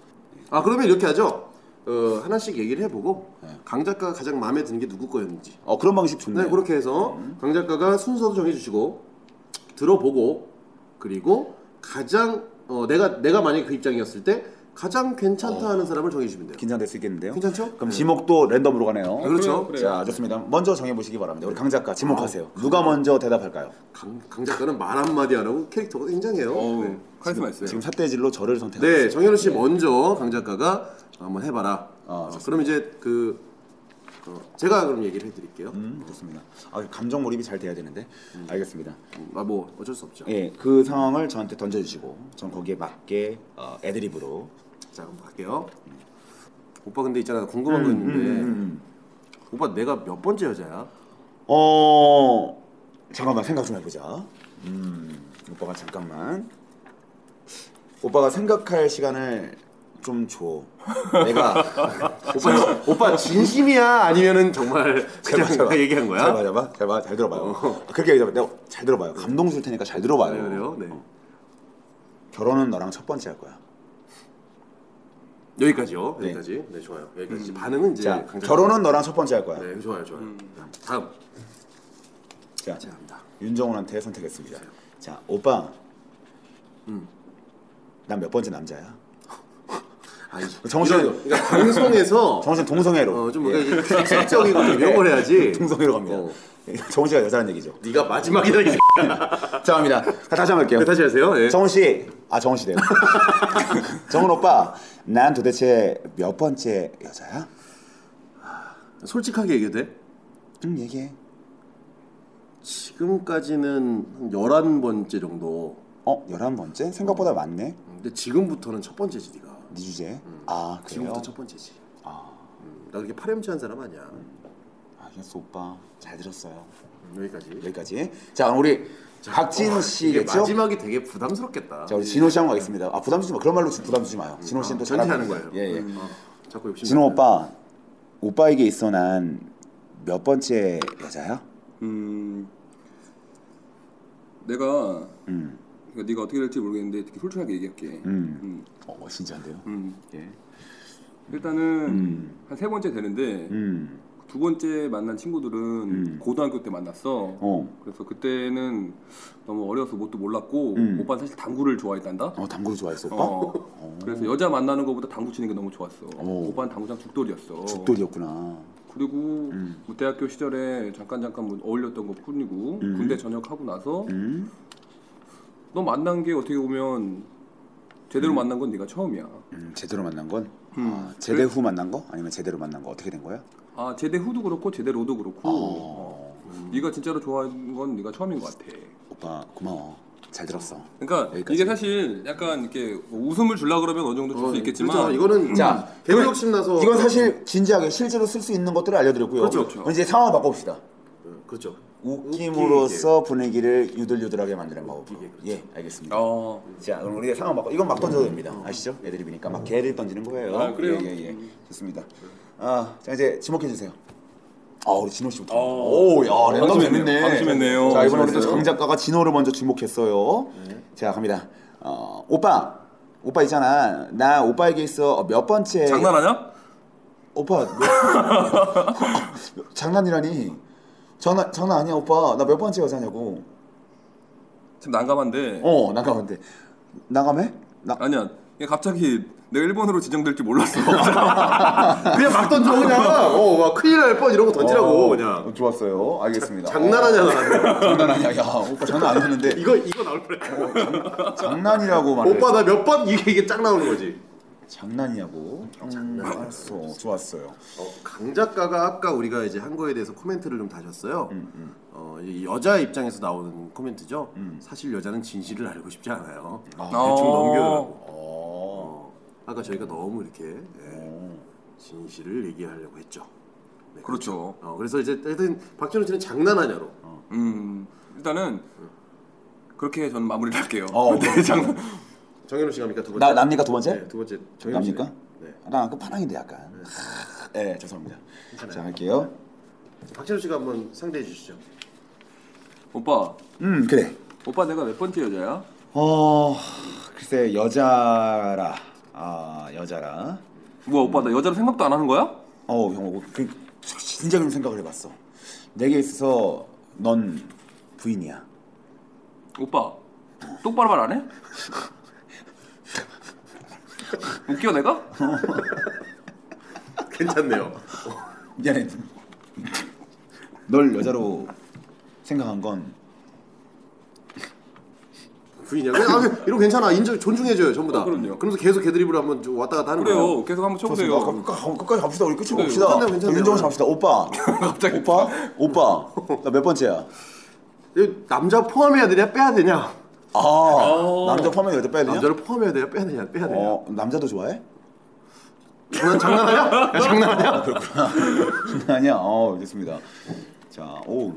Speaker 1: 아 그러면 이렇게 하죠. 어, 하나씩 얘기를 해보고 강 작가가 가장 마음에 드는 게 누구 거였는지.
Speaker 2: 어 그런 방식 네. 좋네요. 음.
Speaker 1: 네, 그렇게 해서 강 작가가 순서도 정해주시고 들어보고 그리고 가장 어, 내가 내가 만약 그 입장이었을 때 가장 괜찮다 하는 사람을 정해주면 돼요.
Speaker 2: 긴장될 수 있겠는데요.
Speaker 1: 괜찮죠?
Speaker 2: 어.
Speaker 1: 네.
Speaker 2: 그럼 지목도 랜덤으로 가네요.
Speaker 1: 아, 그렇죠.
Speaker 3: 그래요, 그래요.
Speaker 2: 자 좋습니다. 먼저 정해보시기 바랍니다. 우리 강 작가 지목하세요.
Speaker 1: 아.
Speaker 2: 누가 먼저 대답할까요?
Speaker 1: 강, 강 작가는 말 한마디 안 하고 캐릭터가 굉장해요.
Speaker 3: 어우,
Speaker 1: 네.
Speaker 3: 카리스마 있어요.
Speaker 2: 지금 삿대질로 저를
Speaker 1: 네,
Speaker 2: 선택하세요.
Speaker 1: 정현우 씨 먼저 강 작가가 한번 해봐라.
Speaker 2: 아, 좋습니다.
Speaker 1: 그럼 이제 그 어, 제가 그럼 얘기를 해드릴게요.
Speaker 2: 음, 좋습니다. 아, 감정 몰입이 잘 돼야 되는데 알겠습니다.
Speaker 1: 아 뭐 어쩔 수 없죠.
Speaker 2: 예, 그 상황을 저한테 던져주시고 전 거기에 맞게 어, 애드립으로
Speaker 1: 자 그럼 갈게요. 오빠 근데 있잖아 궁금한
Speaker 2: 음,
Speaker 1: 거 있는데 오빠 내가 몇 번째 여자야?
Speaker 2: 어 잠깐만 생각 좀 해보자. 음 오빠가 잠깐만. 오빠가 생각할 시간을 좀 줘. 내가
Speaker 1: 오빠 오빠 진심이야 아니면은 정말 그냥 얘기한 거야? 어.
Speaker 2: 잘 봐봐, 잘 봐, 잘 아,
Speaker 1: 네. 아,
Speaker 2: 들어봐요. 그렇게 얘기해봐. 내가 잘 들어봐요. 감동 줄 테니까 잘 들어봐요.
Speaker 1: 그래요, 그래요. 네.
Speaker 2: 결혼은 너랑 첫 번째 할 거야.
Speaker 1: 여기까지요.
Speaker 2: 네. 음.
Speaker 1: 여기까지. 네, 좋아요. 여기까지. 반응은 이제
Speaker 2: 자,
Speaker 1: 네, 강자-
Speaker 2: 결혼은 너랑 첫 번째 할 거야.
Speaker 1: 네, 좋아요, 좋아요. 다음.
Speaker 2: 자,
Speaker 1: 감사합니다.
Speaker 2: 윤정훈한테 선택했습니다. 자, 오빠.
Speaker 1: 음.
Speaker 2: 난 몇 번째 남자야?
Speaker 1: 아니,
Speaker 2: 정신-
Speaker 1: 이런- 그러니까 방송에서
Speaker 2: 정훈 씨 동성애로. 예.
Speaker 1: 어, 좀 뭔가 이게 실적이고 좀 이런 걸 해야지.
Speaker 2: 동성애로 갑니다. 예,
Speaker 1: 어.
Speaker 2: 정훈 씨가 여자란 얘기죠.
Speaker 1: 네가 마지막이다 이제.
Speaker 2: 죄송합니다. 다- 다시 한번 할게요.
Speaker 1: 다시 하세요. 예.
Speaker 2: 정훈 씨, 아 정훈 씨 돼요. 정훈 오빠, 난 도대체 몇 번째 여자야?
Speaker 1: 솔직하게 얘기해도 돼?
Speaker 2: 응 얘기해.
Speaker 1: 지금까지는 한 11번째 정도.
Speaker 2: 어, 열한 번째? 생각보다 많네.
Speaker 1: 근데 지금부터는 첫 번째지 네가.
Speaker 2: 네 주제. 아 그래요?
Speaker 1: 음. 지금부터 첫 번째지.
Speaker 2: 아,
Speaker 1: 음, 나 그렇게 파렴치한 사람 아니야.
Speaker 2: 알겠어 오빠. 잘 들었어요.
Speaker 1: 음, 여기까지.
Speaker 2: 여기까지. 자 그럼 우리
Speaker 1: 어,
Speaker 2: 박진
Speaker 1: 이게
Speaker 2: 씨겠죠?
Speaker 1: 마지막이 되게 부담스럽겠다. 네.
Speaker 2: 자 우리 진호 씨 한번 가겠습니다. 아 부담 주지 마. 그런 말로 주- 부담 주지 마요. 진호 씨는 또
Speaker 1: 음. 아, 전체하는
Speaker 2: 잘하고
Speaker 1: 거예요.
Speaker 2: 있어요. 예 예.
Speaker 1: 음, 어, 자꾸 욕심.
Speaker 2: 진호 오빠, 오빠에게 있어 난 몇 번째 여자야?
Speaker 3: 음, 내가
Speaker 2: 음,
Speaker 3: 그러니까 네가 어떻게 될지 모르겠는데 되게 솔직하게 얘기할게.
Speaker 2: 음.
Speaker 3: 음,
Speaker 2: 어 멋진지한데요.
Speaker 3: 음.
Speaker 2: 예.
Speaker 3: 일단은
Speaker 2: 음.
Speaker 3: 한 세 번째 되는데
Speaker 2: 음.
Speaker 3: 두 번째 만난 친구들은
Speaker 2: 음.
Speaker 3: 고등학교 때 만났어.
Speaker 2: 어.
Speaker 3: 그래서 그때는 너무 어려서 뭣도 몰랐고
Speaker 2: 음.
Speaker 3: 오빠는 사실 당구를 좋아했단다.
Speaker 2: 어 당구를 좋아했어 오빠?
Speaker 3: 어. 그래서 여자 만나는 것보다 당구 치는 게 너무 좋았어.
Speaker 2: 오.
Speaker 3: 오빠는 당구장 죽돌이었어.
Speaker 2: 죽돌이었구나.
Speaker 3: 그리고
Speaker 2: 음.
Speaker 3: 뭐 대학교 시절에 잠깐 잠깐 뭐 어울렸던 것뿐이고
Speaker 2: 음.
Speaker 3: 군대 전역하고 나서
Speaker 2: 음.
Speaker 3: 너 만난 게 어떻게 보면 제대로 만난 건 네가 처음이야.
Speaker 2: 음 제대로 만난 건?
Speaker 3: 음.
Speaker 2: 아, 제대 후 만난 거? 아니면 제대로 만난 거 어떻게 된 거야?
Speaker 3: 아 제대 후도 그렇고 제대로도 그렇고 어.
Speaker 2: 어.
Speaker 3: 네가 진짜로 좋아하는 건 네가 처음인 것 같아.
Speaker 2: 오빠 고마워. 잘 들었어.
Speaker 3: 그러니까
Speaker 2: 여기까지.
Speaker 3: 이게 사실 약간 이렇게 뭐 웃음을 주려 그러면 어느 정도 줄 수 있겠지만
Speaker 1: 그렇죠. 이거는
Speaker 2: 자,
Speaker 1: 자 개그 욕심 나서.
Speaker 2: 이건 사실 진지하게 실제로 쓸 수 있는 것들을 알려드렸고요.
Speaker 1: 그렇죠,
Speaker 3: 그렇죠.
Speaker 2: 이제 상황을 바꿔봅시다.
Speaker 1: 음, 그렇죠.
Speaker 2: 웃김으로써 분위기를 유들유들하게 만드는 방법.
Speaker 1: 웃기게, 그렇죠.
Speaker 2: 예, 알겠습니다.
Speaker 3: 어,
Speaker 2: 자, 그럼 우리가 상황 바꿔. 이건 막 던져도 됩니다. 아시죠? 애드립이니까 막 개를 던지는 거예요.
Speaker 3: 아, 그래요?
Speaker 2: 예, 예, 예. 좋습니다. 아, 자 이제 지목해 주세요. 아, 우리 진호 씨부터.
Speaker 3: 어.
Speaker 2: 오, 야, 랜덤
Speaker 3: 방심했네요.
Speaker 2: 재밌네.
Speaker 3: 방심했네요.
Speaker 2: 자, 이번에 우리 또
Speaker 3: 방심했어요.
Speaker 2: 장 작가가 진호를 먼저 주목했어요. 자, 갑니다. 어, 오빠. 오빠 있잖아. 나 오빠에게 있어 몇 번째
Speaker 3: 장난하냐?
Speaker 2: 오빠 너- 장난이라니 장난 장난 아니야 오빠 나 몇 번째 여자냐고
Speaker 3: 지금 난감한데
Speaker 2: 어 난감한데 난감해 나
Speaker 3: 아니야 그냥 갑자기 내가 일본으로 지정될 줄 몰랐어
Speaker 1: 그냥 막 던져 그냥. 어, 와 큰일 날 뻔 이런 거 던지라고
Speaker 2: 어,
Speaker 1: 그냥.
Speaker 2: 좋았어요 알겠습니다
Speaker 1: 장난하냐 나한테.
Speaker 2: 어, 장난 아니야 야 오빠 장난 안 했는데
Speaker 1: 이거 이거 나올 뻔했어.
Speaker 2: 장난이라고 말해
Speaker 1: 오빠 나 몇 번 이게 이게 짝 나오는 거지.
Speaker 2: 장난이냐고
Speaker 1: 음,
Speaker 2: 장난 알았어 좋았어요
Speaker 1: 어, 강 작가가 아까 우리가 이제 한 거에 대해서 코멘트를 좀 다셨어요. 어, 이 여자 입장에서 나오는 코멘트죠. 사실 여자는 진실을 알고 싶지 음. 않아요. 대충
Speaker 3: 어.
Speaker 1: 넘겨요.
Speaker 2: 어,
Speaker 1: 어, 아까 저희가 너무 이렇게 예, 진실을 얘기하려고 했죠. 네,
Speaker 3: 그렇죠
Speaker 1: 어, 그래서 이제 하여튼 박진호 씨는 장난하냐로.
Speaker 3: 음 일단은 그렇게 저는 마무리를 할게요
Speaker 2: 어.
Speaker 3: 네, 장난
Speaker 1: 정현우 씨가 합니까 두 번째?
Speaker 2: 나 남니까 두 번째
Speaker 1: 네, 두 번째 정현우 씨.
Speaker 2: 남니까
Speaker 1: 네.
Speaker 2: 나 어, 아까 파랑인데 약간 예 네, 죄송합니다 자 할게요
Speaker 1: 박진호 씨가 한번 상대해 주시죠.
Speaker 3: 오빠
Speaker 2: 음 그래
Speaker 3: 오빠 내가 몇 번째 여자야?
Speaker 2: 어 글쎄 여자라 아 여자라
Speaker 3: 우와 오빠 나 여자로 생각도 안 하는 거야?
Speaker 2: 어우 형 그, 진짜 그런 생각을 해봤어 내게 있어서 넌 부인이야
Speaker 3: 오빠 똑바로 말 안 해? 웃겨 내가?
Speaker 1: 괜찮네요.
Speaker 2: 미안해 널 여자로 생각한 건
Speaker 1: 부인이야. 그냥 아, 그냥 이러고 괜찮아. 인정 존중해 줘요 전부 다.
Speaker 3: 어, 그럼요.
Speaker 1: 그러면서 계속 개드립을 한번 좀 왔다 갔다 하는 거예요.
Speaker 3: 그래요 계속 한번
Speaker 2: 좋습니다 아,
Speaker 3: 쳐보세요
Speaker 2: 끝까지, 끝까지 갑시다 우리 끝을
Speaker 3: 네,
Speaker 2: 봅시다
Speaker 1: 괜찮네요, 괜찮네요.
Speaker 2: 윤정씨 갑시다 오빠 오빠 오빠 나 몇 번째야
Speaker 1: 이 남자 포함해야 되냐 빼야 되냐?
Speaker 2: 아 남자 포함해 여자 빼야 되냐
Speaker 1: 남자를 포함해야 되냐 빼야 되냐 빼야 되냐?
Speaker 2: 어 남자도 좋아해
Speaker 1: 난 장난하냐? 아, 야, 장난하냐?
Speaker 2: 아니야 어 됐습니다 자오야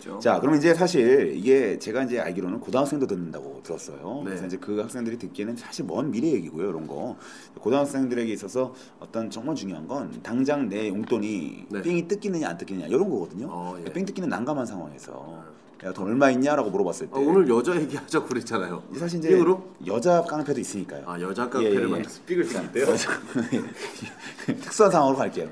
Speaker 3: 그렇죠.
Speaker 2: 자, 그럼 이제 사실 이게 제가 이제 알기로는 고등학생도 듣는다고 들었어요.
Speaker 1: 네.
Speaker 2: 그래서 이제 그 학생들이 듣기에는 사실 먼 미래 얘기고요, 이런 거. 고등학생들에게 있어서 어떤 정말 중요한 건 당장 내 용돈이
Speaker 1: 네.
Speaker 2: 삥이 뜯기느냐 안 뜯기느냐 이런 거거든요.
Speaker 1: 어, 예.
Speaker 2: 삥 뜯기는 난감한 상황에서 야, 돈 얼마 있냐라고 물어봤을 때
Speaker 1: 아, 오늘 여자 얘기하자고 그랬잖아요.
Speaker 2: 사실 이제
Speaker 1: 삐으로?
Speaker 2: 여자 깡패도 있으니까요.
Speaker 1: 아 여자
Speaker 2: 예,
Speaker 1: 카페를
Speaker 2: 예, 예.
Speaker 1: 만나서 삐을 수 있대요.
Speaker 2: 특수한 상황으로 갈게요.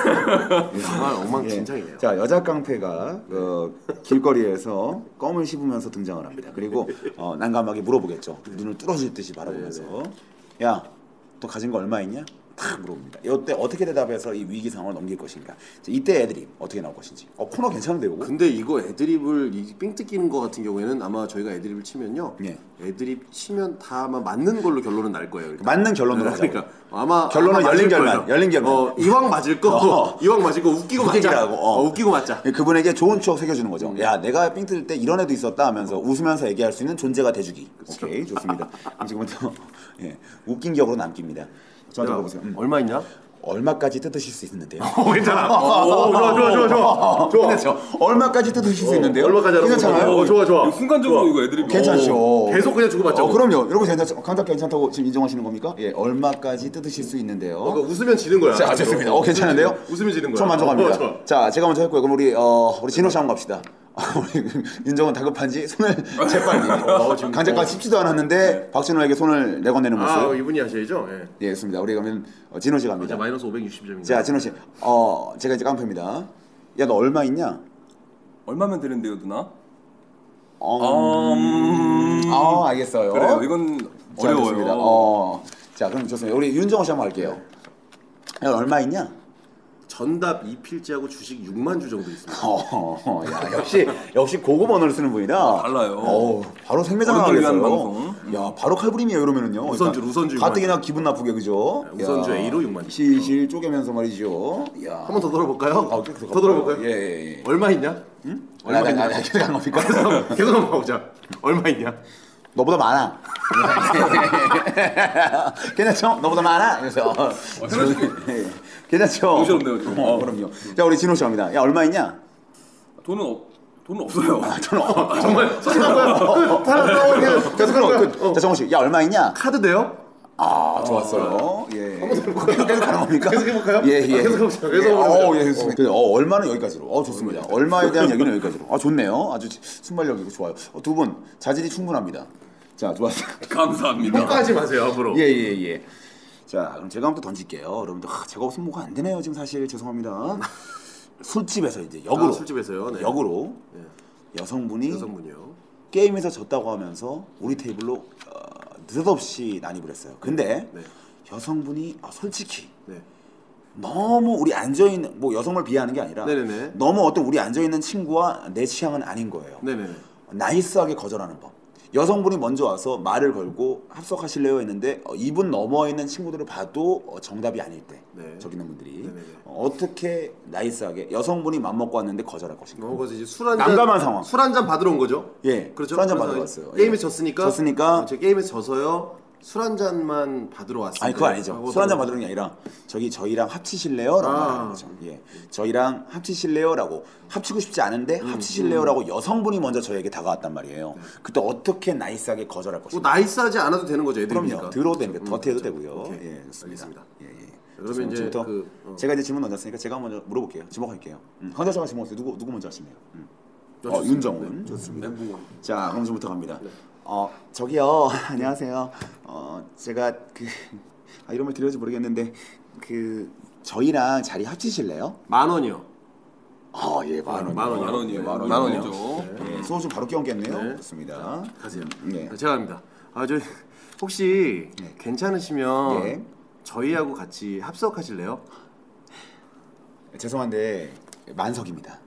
Speaker 1: 정말
Speaker 2: 예.
Speaker 1: 아, 엉망진창이네요.
Speaker 2: 자 여자 깡패가 어, 길거리에서 껌을 씹으면서 등장을 합니다. 그리고 어, 난감하게 물어보겠죠. 눈을 뚫어질 듯이
Speaker 1: 네,
Speaker 2: 바라보면서 야 또 가진 거 얼마 있냐? 탁 물어봅니다. 이때 어떻게 대답해서 이 위기 상황을 넘길 것인가? 이제 이때 애들이 어떻게 나올 것인지. 어 코너 괜찮은데 이거?
Speaker 1: 근데 이거 애드립을 이 삥뜯 끼는 거 같은 경우에는 아마 저희가 애드립을 치면요.
Speaker 2: 예.
Speaker 1: 애드립 치면 다 아마 맞는 걸로 결론은 날 거예요. 일단.
Speaker 2: 맞는 결론으로 가자.
Speaker 1: 그러니까 아마
Speaker 2: 어. 결론은
Speaker 1: 아마 맞을
Speaker 2: 열린 결말,
Speaker 1: 거예요.
Speaker 2: 열린 결말.
Speaker 1: 어, 이왕 맞을 거,
Speaker 2: 어.
Speaker 1: 이왕 맞을 거 웃기고 맞자.
Speaker 2: 웃기기라고, 어.
Speaker 1: 어, 웃기고 맞자.
Speaker 2: 그분에게 좋은 추억 새겨주는 거죠. 야, 내가 삥 뜯을 때 이런 애도 있었다 하면서 웃으면서 얘기할 수 있는 존재가 돼주기.
Speaker 1: 그렇죠.
Speaker 2: 오케이, 좋습니다. 그럼 지금부터 예, 웃긴 기억으로 남깁니다. 저한테
Speaker 1: 야,
Speaker 2: 물어보세요. 음,
Speaker 1: 얼마 있냐?
Speaker 2: 얼마까지 뜯으실 수 있는데요?
Speaker 1: 어, 괜찮아. 오, 좋아, 좋아, 좋아, 좋아. 좋아.
Speaker 2: 끝났죠. 얼마까지 뜯으실 수 있는데요?
Speaker 1: 얼마까지 하라고
Speaker 2: 괜찮아요? 어,
Speaker 1: 물어봐. 어, 좋아,
Speaker 3: 이거
Speaker 1: 좋아.
Speaker 3: 순간적으로 이거 애들이
Speaker 2: 괜찮죠.
Speaker 1: 오, 계속 그냥 주고받자고.
Speaker 2: 어, 그럼요. 이러고 괜찮죠. 감독 괜찮다고 지금 인정하시는 겁니까? 예, 얼마까지 뜯으실 수 있는데요?
Speaker 1: 어, 그러니까 웃으면 지는 거야.
Speaker 2: 자, 아, 좋습니다. 어, 괜찮은데요?
Speaker 1: 웃으면 지는 거야.
Speaker 2: 저 만족합니다.
Speaker 1: 어, 좋아.
Speaker 2: 자, 제가 먼저 했고요. 그럼 우리 어, 우리 진호 씨 한번 갑시다. 아, 우리 윤정은 다급한지 손을 재빨리
Speaker 1: 어,
Speaker 2: 어, 강제까지 씹지도 않았는데 박진호에게 손을 내건네는 모습.
Speaker 1: 뭐. 아, 이분이 하셔야죠. 예.
Speaker 2: 예, 좋습니다. 우리 그러면 어, 진호 씨 갑니다.
Speaker 1: 자, 마이너스 560점입니다.
Speaker 2: 자, 진호 씨, 어, 제가 이제 깡패입니다. 야, 너 얼마 있냐?
Speaker 3: 얼마면 되는데요, 누나?
Speaker 2: 어,
Speaker 3: 아, 음...
Speaker 2: 아, 알겠어요.
Speaker 3: 그래요. 이건
Speaker 2: 자,
Speaker 3: 어려워요.
Speaker 2: 좋습니다. 어, 자, 그럼 좋습니다. 우리 윤정호 씨 한번 갈게요. 야, 얼마 있냐?
Speaker 1: 전답 2필지하고 주식 6만 주 정도 있습니다.
Speaker 2: 어, 야, 역시 역시 고급 언어를 쓰는 분이다.
Speaker 3: 달라요.
Speaker 2: 어, 바로 생매장을
Speaker 3: 어른들 위한
Speaker 2: 하겠어요.
Speaker 3: 방송.
Speaker 2: 야, 바로 칼부림이에요 이러면은요.
Speaker 1: 우선주, 우선주 네,
Speaker 2: 가뜩이나 기분 나쁘게 그죠?
Speaker 1: 우선주
Speaker 2: 야,
Speaker 1: A로 6만 주.
Speaker 2: 실실 쪼개면서 말이죠. 야.
Speaker 1: 한 번 더 들어볼까요?
Speaker 2: 아, 계속
Speaker 1: 더 들어볼까요?
Speaker 2: 예, 예, 예.
Speaker 1: 얼마 있냐? 응? 얼마
Speaker 2: 아니,
Speaker 1: 있냐?
Speaker 2: 아니, 아니, 계속 안 겁니까?
Speaker 1: 계속 한번 가보자. 얼마 있냐?
Speaker 2: 너보다 많아. 괜찮죠? 너보다 많아. 그래서
Speaker 1: 어,
Speaker 2: 괜찮죠?
Speaker 3: 정신없네요, 지금.
Speaker 2: 어, 그럼요. 자, 우리 진호 씨 갑니다. 야, 얼마 있냐?
Speaker 3: 돈은 없, 돈은 없어요.
Speaker 2: 저는 어,
Speaker 1: 정말 솔직한 거야. 다 나오는
Speaker 2: 자, 그럼 끝.
Speaker 1: 어.
Speaker 2: 자, 정호 씨, 야, 얼마 있냐?
Speaker 1: 카드 돼요?
Speaker 2: 아 좋았어요. 예. 계속 가는 겁니까?
Speaker 1: 계속 해볼까요?
Speaker 2: 예, 예.
Speaker 1: 아, 계속 해보자. 계속
Speaker 2: 예.
Speaker 1: 해보자.
Speaker 2: 어, 예, 좋습니다. 어, 얼마는 여기까지로. 어, 좋습니다. 얼마에 대한 얘기는 여기까지로. 아, 좋네요. 아주 순발력이고 좋아요. 어, 두 분, 자질이 충분합니다. 자, 좋았어요.
Speaker 3: 감사합니다.
Speaker 1: 평가하지 마세요 앞으로.
Speaker 2: 예, 예, 예. 자, 그럼 제가 한번 또 던질게요. 여러분들, 아, 제가 없으면 뭐가 안 되네요. 지금 사실 죄송합니다. 술집에서 이제 역으로
Speaker 1: 아, 술집에서요. 네.
Speaker 2: 역으로
Speaker 1: 예.
Speaker 2: 여성분이
Speaker 1: 여성분이요.
Speaker 2: 게임에서 졌다고 하면서 우리 테이블로 어, 느닷없이 난입을 했어요. 근데
Speaker 1: 네.
Speaker 2: 여성분이 아, 솔직히
Speaker 1: 네.
Speaker 2: 너무 우리 앉아 있는 뭐 여성을 비하하는 게 아니라
Speaker 1: 네네네.
Speaker 2: 너무 어떤 우리 앉아 있는 친구와 내 취향은 아닌 거예요.
Speaker 1: 네네.
Speaker 2: 나이스하게 거절하는 법. 여성분이 먼저 와서 말을 걸고 합석하실래요 했는데 어, 이분 넘어 있는 친구들을 봐도 어, 정답이 아닐 때
Speaker 1: 네.
Speaker 2: 저기 있는 분들이
Speaker 1: 네네네.
Speaker 2: 어, 어떻게 나이스하게 여성분이 맘 먹고 왔는데 거절할 것인가?
Speaker 1: 어, 그래서 이제 술한 잔.
Speaker 2: 난감한 상황.
Speaker 1: 술 한 잔 받으러 온 거죠?
Speaker 2: 예,
Speaker 1: 그렇죠.
Speaker 2: 술한잔
Speaker 1: 그래서
Speaker 2: 받으러 왔어요.
Speaker 1: 게임에
Speaker 2: 예.
Speaker 1: 졌으니까.
Speaker 2: 졌으니까.
Speaker 1: 어, 제 게임에 져서요. 술 한 잔만 받으러 왔어요.
Speaker 2: 아니 그거 아니죠. 술 한잔 받으는 게 아니라 저기 저희랑 합치실래요? 라고
Speaker 1: 아.
Speaker 2: 말하는 거죠. 예. 저희랑 합치실래요? 라고 합치고 싶지 않은데
Speaker 1: 음,
Speaker 2: 합치실래요? 라고 여성분이 먼저 저에게 다가왔단 말이에요. 그때 어떻게 나이스하게 거절할
Speaker 1: 뭐
Speaker 2: 것인가?
Speaker 1: 나이스하지 않아도 되는 거죠, 애들이니까.
Speaker 2: 그럼요. 들어도 됩니다.
Speaker 1: 그렇죠.
Speaker 2: 더해도
Speaker 1: 음,
Speaker 2: 되고요.
Speaker 1: 오케이.
Speaker 2: 예, 좋습니다.
Speaker 1: 알겠습니다.
Speaker 2: 예, 예.
Speaker 1: 그러면 이제
Speaker 2: 지금부터
Speaker 1: 그, 어.
Speaker 2: 제가 이제 질문 던졌으니까 제가 먼저 물어볼게요. 주목할게요. 음. 황자사가 질문했어요. 누구 누구 먼저 하시네요. 음.
Speaker 1: 어,
Speaker 2: 어,
Speaker 1: 좋습니다.
Speaker 2: 윤정훈 네. 좋습니다. 자, 그럼 저부터 갑니다. 어, 저기요. 안녕하세요. 어, 제가 그 아, 이름을 드려야지 모르겠는데 그 저희랑 자리 합치실래요?
Speaker 1: 만 원이요.
Speaker 2: 아, 예, 만 원.
Speaker 1: 만 원이요.
Speaker 3: 만 원이에요. 네.
Speaker 1: 네,
Speaker 3: 만
Speaker 2: 만
Speaker 3: 원이죠.
Speaker 2: 예, 소원 좀 바로 끼얹겠네요.
Speaker 1: 네.
Speaker 2: 좋습니다.
Speaker 1: 가세요.
Speaker 2: 예.
Speaker 1: 아, 제가 합니다. 아, 저 혹시 괜찮으시면
Speaker 2: 예.
Speaker 1: 저희하고 같이 합석하실래요?
Speaker 2: 죄송한데 만석입니다.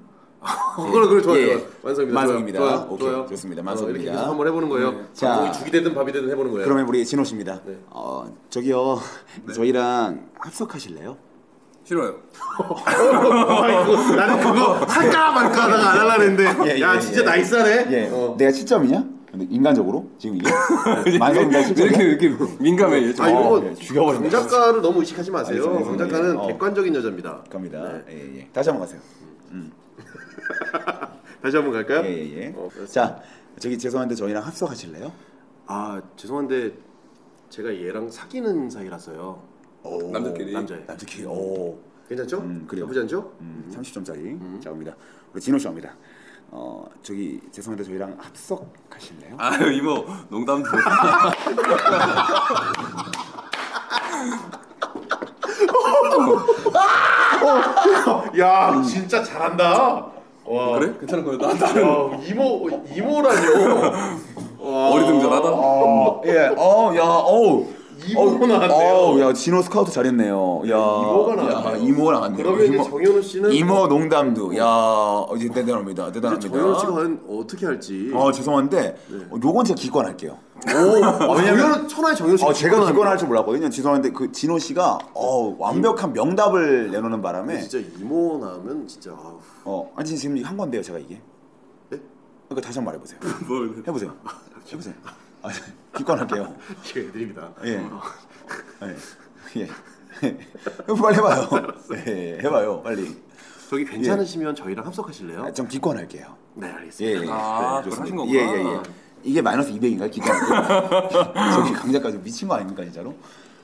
Speaker 1: 어, 그래 그래 좋아요.
Speaker 2: 예.
Speaker 1: 좋아요. 완성입니다.
Speaker 2: 만석입니다.
Speaker 1: 좋아요.
Speaker 2: 오케이,
Speaker 1: 좋아요.
Speaker 2: 좋습니다.
Speaker 1: 어,
Speaker 2: 만석입니다. 음,
Speaker 1: 이렇게 계속 한번 해보는 거예요.
Speaker 2: 자.
Speaker 1: 자, 고기 죽이 되든 밥이 되든 해보는 거예요.
Speaker 2: 그러면 우리 진호 씨입니다.
Speaker 1: 네.
Speaker 2: 어, 저기요. 저희랑 합석하실래요?
Speaker 3: 싫어요.
Speaker 1: 아이고, 나는 그거 할까 말까 하다가 안 하려 했는데
Speaker 2: 예,
Speaker 1: 야
Speaker 2: 예,
Speaker 1: 진짜
Speaker 2: 예.
Speaker 1: 나이스하네.
Speaker 2: 예.
Speaker 1: 어.
Speaker 2: 내가 7점이냐? 근데 인간적으로 지금 이게 만석입니다.
Speaker 3: 이렇게
Speaker 2: 7점이야?
Speaker 3: 이렇게 민감해.
Speaker 1: 아
Speaker 3: 어.
Speaker 1: 이런
Speaker 2: 어,
Speaker 1: 거
Speaker 2: 예, 죽여버린다.
Speaker 1: 강 작가를 너무 의식하지 마세요.
Speaker 2: 알겠습니다.
Speaker 1: 강 작가는
Speaker 2: 어.
Speaker 1: 객관적인 여자입니다.
Speaker 2: 갑니다. 예, 예. 다시 한번 가세요.
Speaker 1: 다시 한번 갈까요?
Speaker 2: 예, 예, 예.
Speaker 1: 어, 그렇습니다.
Speaker 2: 자, 저기 죄송한데 저희랑 합석하실래요?
Speaker 1: 아 죄송한데 제가 얘랑 사귀는 사이라서요.
Speaker 2: 오,
Speaker 3: 남자끼리.
Speaker 1: 남자예요.
Speaker 2: 남자끼리. 오.
Speaker 1: 괜찮죠?
Speaker 2: 아, 음, 그래요.
Speaker 1: 나쁘지 않죠?
Speaker 2: 음, 30점짜리. 자, 갑니다. 우리 진호 씨 갑니다. 어 저기 죄송한데 저희랑 합석하실래요?
Speaker 3: 아유 이모 농담도
Speaker 1: 음.
Speaker 4: 야 진짜 잘한다.
Speaker 1: 어,
Speaker 4: 와.
Speaker 3: 그래? 괜찮은 거야? 나, 나
Speaker 4: 야, 이모
Speaker 1: 어,
Speaker 4: 이모라뇨.
Speaker 3: 어리둥절하다.
Speaker 1: 뭐.
Speaker 2: 어, 예. 어, 야, 어우.
Speaker 4: 이모가
Speaker 2: 어우,
Speaker 4: 나왔네요.
Speaker 2: 야, 진호 스카우트 잘했네요. 야.
Speaker 4: 이모가
Speaker 2: 야,
Speaker 4: 나왔네요.
Speaker 2: 이모가 나왔네요.
Speaker 1: 그러면 이제
Speaker 2: 이모,
Speaker 1: 정현우 씨는
Speaker 2: 이모 농담도. 야, 어, 이제 대단합니다.
Speaker 1: 이제 정현우 씨가 네.
Speaker 2: 대단합니다.
Speaker 1: 과연 어떻게 할지.
Speaker 2: 어, 죄송한데 어, 요건 제가 기권할게요.
Speaker 1: 아, 왜냐면 천하의 정현우 씨.
Speaker 2: 어, 제가 기권할 줄 몰랐거든요. 죄송한데 그 진호 씨가 어, 완벽한 명답을 내놓는 바람에
Speaker 1: 진짜 이모 나면 진짜 아우.
Speaker 2: 어, 아니 지금 한 건데요, 제가 이게.
Speaker 1: 예?
Speaker 2: 그러니까 다시 한 번 말해보세요.
Speaker 3: 뭘
Speaker 2: 해보세요. 해보세요. 아, 기권할게요.
Speaker 1: 이게 애드립이다.
Speaker 2: 예. 예. 예. 그럼 빨리 해봐요. 예, 해봐요, 빨리.
Speaker 1: 저기 괜찮으시면 저희랑 합석하실래요?
Speaker 2: 아, 좀 기권할게요.
Speaker 1: 네
Speaker 2: 예.
Speaker 1: 알겠습니다.
Speaker 2: 예.
Speaker 3: 아,
Speaker 2: 네,
Speaker 3: 그걸 하신
Speaker 2: 좋습니다.
Speaker 3: 거구나.
Speaker 2: 예, 예, 예. 이게 마이너스 200인가 기권. 저기 강자까지 미친 거 아닙니까 진짜로?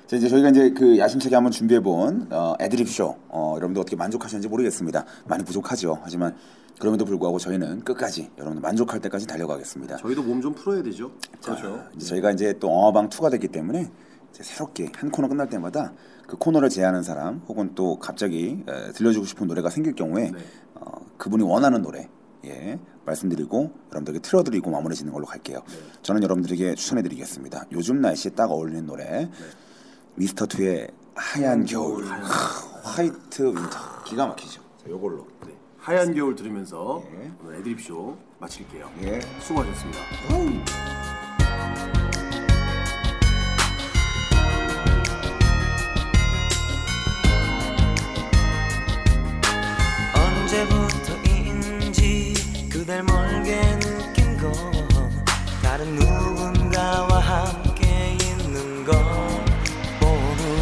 Speaker 2: 자 이제 저희가 이제 그 야심차게 한번 준비해본 어, 애드립 쇼 어, 여러분들 어떻게 만족하셨는지 모르겠습니다. 많이 부족하죠. 하지만 그럼에도 불구하고 저희는 끝까지 여러분들 만족할 때까지 달려가겠습니다.
Speaker 1: 저희도 몸 좀 풀어야 되죠.
Speaker 2: 그렇죠. 이제 저희가 이제 또 어방 2가 됐기 때문에 이제 새롭게 한 코너 끝날 때마다 그 코너를 제안하는 사람 혹은 또 갑자기 에, 들려주고 싶은 노래가 생길 경우에
Speaker 1: 네.
Speaker 2: 어, 그분이 원하는 노래 예 말씀드리고 여러분들에게 틀어드리고 마무리 짓는 걸로 갈게요. 저는 여러분들에게 추천해드리겠습니다. 요즘 날씨에 딱 어울리는 노래 미스터 투의 네. 하얀 겨울 하, 화이트 윈터 기가 막히죠. 자, 요걸로
Speaker 1: 네. 하얀 겨울 들으면서
Speaker 2: 예.
Speaker 1: 오늘 애드립 쇼 마칠게요.
Speaker 2: 예.
Speaker 1: 수고하셨습니다.
Speaker 5: 언제부터인지 그댈 멀게 느낀 거 다른 누군가와 함께 있는 거 모두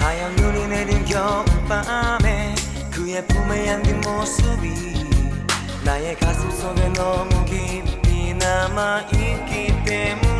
Speaker 5: 하얀 눈이 내린 겨울밤에 그의 품에 안긴 모습이 나의 가슴 속에 너무 깊이 남아있기 때문에